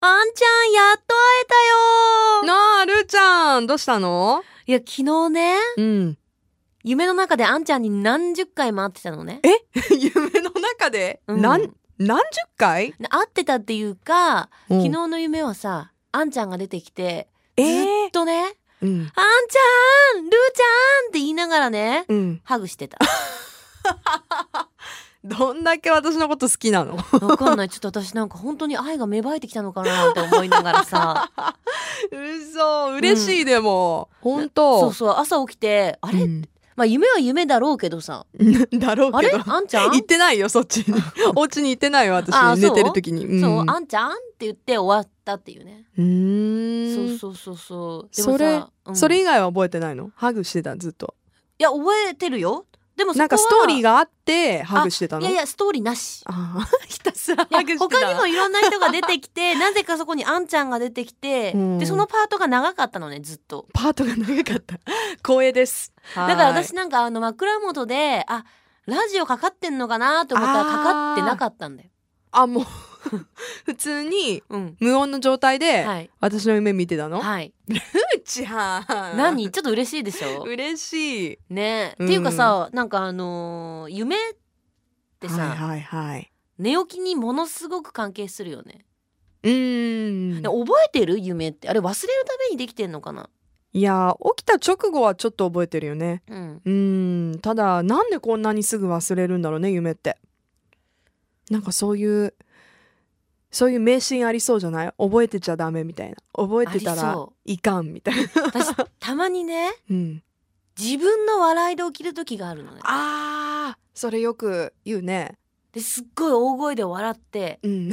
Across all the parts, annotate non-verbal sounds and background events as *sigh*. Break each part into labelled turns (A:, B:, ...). A: あんちゃん、やっと会えたよ
B: なあ、るーちゃん、どうしたの
A: いや、昨日ね、
B: うん。
A: 夢の中であんちゃんに何十回も会ってたのね。
B: *laughs* 夢の中で、
A: うん
B: なん、何十回
A: 会ってたっていうか、昨
B: 昨
A: 日の夢はさ、あんちゃんが出てきて、
B: え
A: ずっ
B: え
A: とね、
B: うん。
A: あんちゃんルーちゃんって言いながらね、
B: うん。
A: ハグして
B: *laughs*
A: た。
B: どんだけ私のこと好きなの
A: わかんない。ちょっと私なんか本当に愛が芽生えてきたのかなって思いながら
B: *laughs*
A: さ。
B: *laughs* 嘘、嬉しい、でも。ほんと。
A: そうそう、朝起きて、あれ、
B: うん
A: まあ夢は夢だろうけどさ。
B: *laughs* だろう
A: あ
B: け
A: れ
B: ど。
A: あんちゃん
B: 行ってないよ、そっち *laughs* に。お家に行ってないよ、
A: あ
B: 私。
A: そ
B: 寝
A: う
B: てる時に。ん
A: そう、あんちゃんって言って終わったっていうね。
B: うーん
A: そうそうそうそう。でもさ
B: それ、
A: うん
B: それ以外は覚えてないのハグしてた、ずっと。
A: いや覚えてるよ。でもそこは
B: なんかストーリーがあって、ハグしてた
A: い
B: の
A: やいやストーリーなし。
B: ああ *laughs* ひたすら
A: いや
B: ハグしてた
A: 他にもいろんな人が出てき
B: *laughs*
A: てなぜかそこにあんちゃんが出てきて、
B: うん
A: でそのパートが長かったのねずっと。
B: パートが長かった *laughs* 光栄ですだ
A: だから私なんかあの枕元であラジオかかってんのかなと思ったら
B: あー
A: かかってなかったんだよ。
B: あもう *laughs* 普通に
A: うん。
B: 無音の状態で、
A: はい
B: 私の夢見てたの、
A: はい。
B: うちはん
A: 何ちょっと嬉しいでしょ。
B: 嬉しい
A: ね、
B: うん
A: っていうかさなんかあのー夢ってさ、
B: はいはいはい
A: 寝起きにものすごく関係するよね。
B: うーん
A: 覚えてる夢ってあれ忘れるためにできてんのかな。
B: いや起きた直後はちょっと覚えてるよね
A: うん。
B: うーんただなんでこんなにすぐ忘れるんだろうね夢ってなんかそういうそういう迷信ありそうじゃない覚えてちゃダメみたいな覚えてた
A: あり
B: ら
A: そ
B: いかんみたいな、
A: 私たまにね
B: うん、
A: 自分の笑いで起きる時があるのね。
B: あーそれよく言うね
A: ですっごい大声で笑って
B: うん、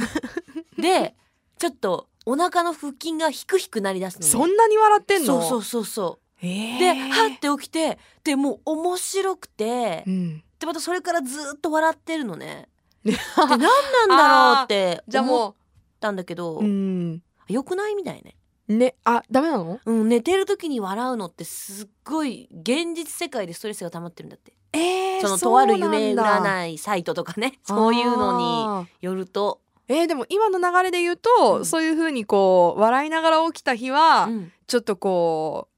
A: でちょっとお腹の腹筋がひくひくなりだすの、ね。
B: そんなに笑ってん
A: そ
B: の
A: うそうそうそ
B: え
A: う。
B: ー
A: ではって起きてでもう面白くて
B: うん、
A: でまたそれからずっと笑ってるの
B: *laughs*
A: ね。で何なんだろうって
B: じゃあ
A: 思っ
B: も
A: たんだけど
B: う、うん、
A: 良くないみたいね。
B: ねあダメなの
A: うん、寝てる時に笑うのってすっごい現実世界でストレスが溜まってるんだって
B: えー、
A: そのとある
B: そうなんだ
A: 夢占いサイトとかねそういうのに
B: あー
A: よると、
B: えー、でも今の流れで言うと、
A: うん
B: そういうふうにこう笑いながら起きた日は、
A: うん
B: ちょっとこう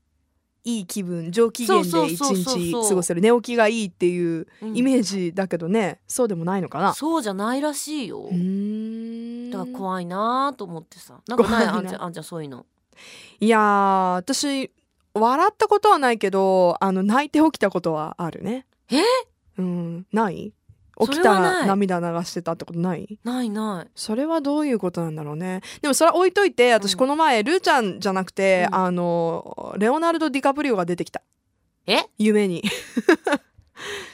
B: いい気分上機嫌
A: そう
B: で一
A: そうそうそう
B: 日過ごせる寝起きがいいっていう
A: うん
B: イメージだけどねそうでもないのかな
A: そうじゃないらしいよ、
B: うーん
A: だから怖いなと思って
B: *laughs*
A: さなんかないあ
B: 怖
A: ん
B: いな
A: ちゃんあんちゃんそういうの
B: いやー私笑ったことはないけどあの泣いて起きたことはあるね
A: え
B: うんない
A: そ
B: 起
A: れは
B: きたら
A: ない
B: 涙流してたってことない
A: ないない
B: それはどういうことなんだろうねでもそれは置いといて私
A: うん
B: この前、ルーちゃんじゃなくて、
A: うん
B: あのレオナルド・ディカプリオが出てきた
A: え
B: 夢に *laughs*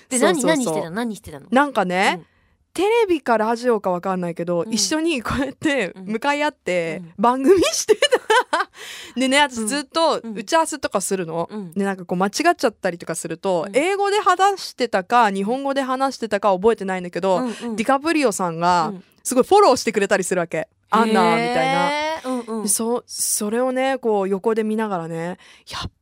A: で
B: そう
A: 何
B: そうそ
A: 何してたの
B: う
A: 何してたの
B: なんかね、
A: うん
B: テレビかラジオかわかんないけど、
A: うん
B: 一緒にこうやって
A: うん
B: 向かい合って
A: うん
B: 番組してた、 *laughs* でね
A: う
B: 私
A: ん
B: ずっと
A: うん
B: 打ち合わせとかするの、
A: うん
B: でなんかこう間違っちゃったりとかすると、
A: うん
B: 英語で話してたか日本語で話してたか覚えてないんだけど、
A: うんうん
B: ディカプリオさん
A: う
B: が
A: ん
B: すごいフォローしてくれたりするわけ、アンナみたいな。
A: へーうんうん
B: でそそれをねこう横で見ながらねやっぱ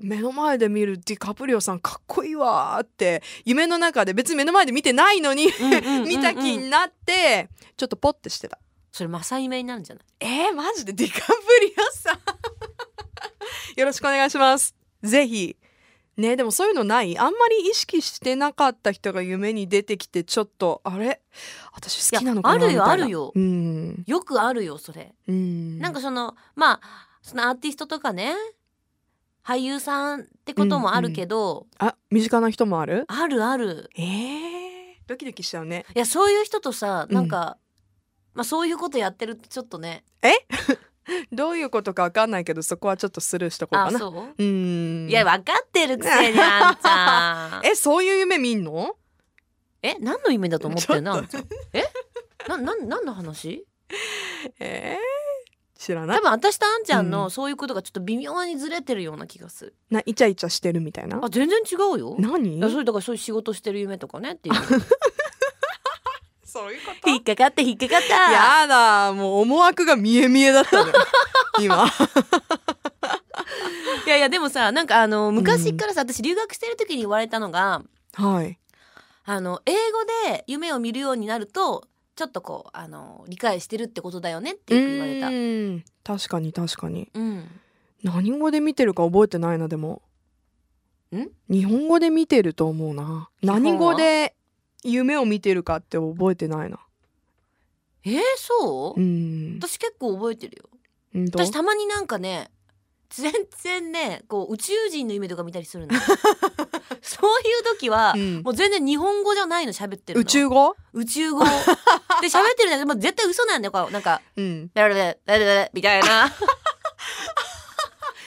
B: 目の前で見るディカプリオさんかっこいいわーって夢の中で別に目の前で見てないのに
A: うんうんうんうん
B: *laughs* 見た気になってちょっとポッてしてた
A: それマサイメになるんじゃない
B: えー、マジでディカプリオさん *laughs* よろしくお願いしますぜひねでもそういうのないあんまり意識してなかった人が夢に出てきてちょっとあれ私好きなのかない
A: やあるよ
B: みたいな
A: あるよ
B: うん
A: よくあるよそれ
B: うん
A: なんかそのまあそのアーティストとかね俳優さんってこともあるけど、
B: あ身近な人もある
A: あるある
B: えー、ドキドキしちゃうね
A: いやそういう人とさ
B: うん
A: なんか、まあそういうことやってるとちょっとね
B: どういうことかわかんないけどそこはちょっとスルーしとこう
A: あ
B: かなう
A: そう、
B: ーん
A: いや分かってるくせにあんち *laughs* ゃん
B: えそういう夢見んの
A: え何の夢だと思ってるのあ
B: ちょ
A: んちゃんえなな何の話
B: えー、知らな
A: 多
B: い
A: 分私とあんちゃん
B: う
A: の
B: ん
A: そういうことがちょっと微妙にずれてるような気がする、
B: なイチャイチャしてるみたいな
A: あ全然違うよ
B: 何
A: いやそれだからそういう仕事してる夢とかねっていう
B: そういうこ
A: *laughs* 引っかかって引っかかった
B: *laughs* やだもう思惑が見え見えだった *laughs* のよ今
A: いやいやでもさなんかあの昔からさ、私留学してる時に言われたのが
B: はい
A: あの英語で夢を見るようになるとちょっとこうあの理解してるってことだよねって言われた
B: う。ーん確かに確かに
A: うん、
B: 何語で見てるか覚えてないなでも
A: ん
B: 日本語で見てると思うな
A: 本は
B: 何語で夢を見てるかって覚えてないな
A: えー、そう、
B: うん
A: 私結構覚えてるよ。
B: うんと
A: 私たまになんかね全然ねこう宇宙人の夢とか見たりする
B: *laughs*
A: のそういう時は、
B: うん
A: もう全然日本語じゃないの喋ってるの
B: 宇宙語
A: 宇宙語で喋ってるんだけどもう絶対嘘なんだよこうなんか
B: うん
A: 「だらだらだらだら」みたいな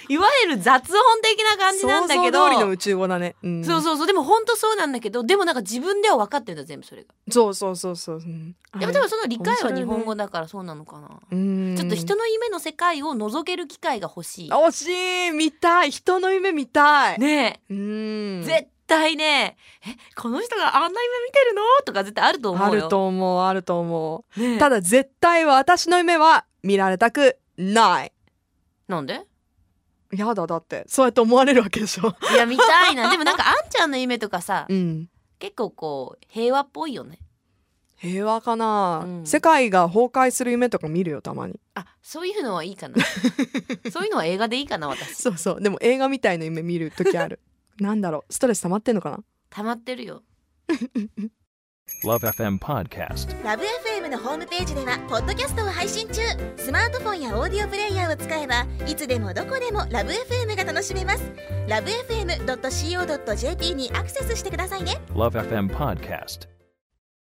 A: いわゆる雑音的な感じなんだけど
B: 想像通りの宇宙語だね、うん、
A: そうそうそうでも本当そうなんだけどでもなんか自分では分かってるんだ全部それが
B: そうそうそうそううん
A: で
B: あ
A: も
B: れ
A: 多分その理解は日本
B: 面白
A: 語だからそうなのかな、
B: うん
A: ちょっと人の夢の世界を覗ける機会が欲しい
B: あ惜しい見たい人の夢見たい、
A: ね
B: うん
A: え、絶対ねえこの人があんな夢見てるのとか絶対あると思
B: あ
A: うよ
B: ると思うあると思
A: ね
B: う
A: え
B: ただ絶対私の夢は見られたくない
A: なんで
B: やだだってそうやって思われるわけでし *laughs* ょ
A: いや見たいなでもなんかあんちゃんの夢とかさ
B: うん
A: 結構こう平和っぽいよね
B: 平和かな、
A: うん
B: 世界が崩壊する夢とか見るよたまに
A: あそういうのはいいかなそういうのは映画でいいかな私
B: そうそうでも映画みたいな夢見る時 *laughs* あるなんだろうストレス溜まってんのかな
A: 溜まってるよ
C: Love FM Podcast.
D: ラブ f m のホームページではポッドキャストを配信中スマートフォンやオーディオプレイヤーを使えばいつでもどこでもラブ f m が楽しめますラブ FM.co.jp にアクセスしてくださいね
C: Love FM Podcast.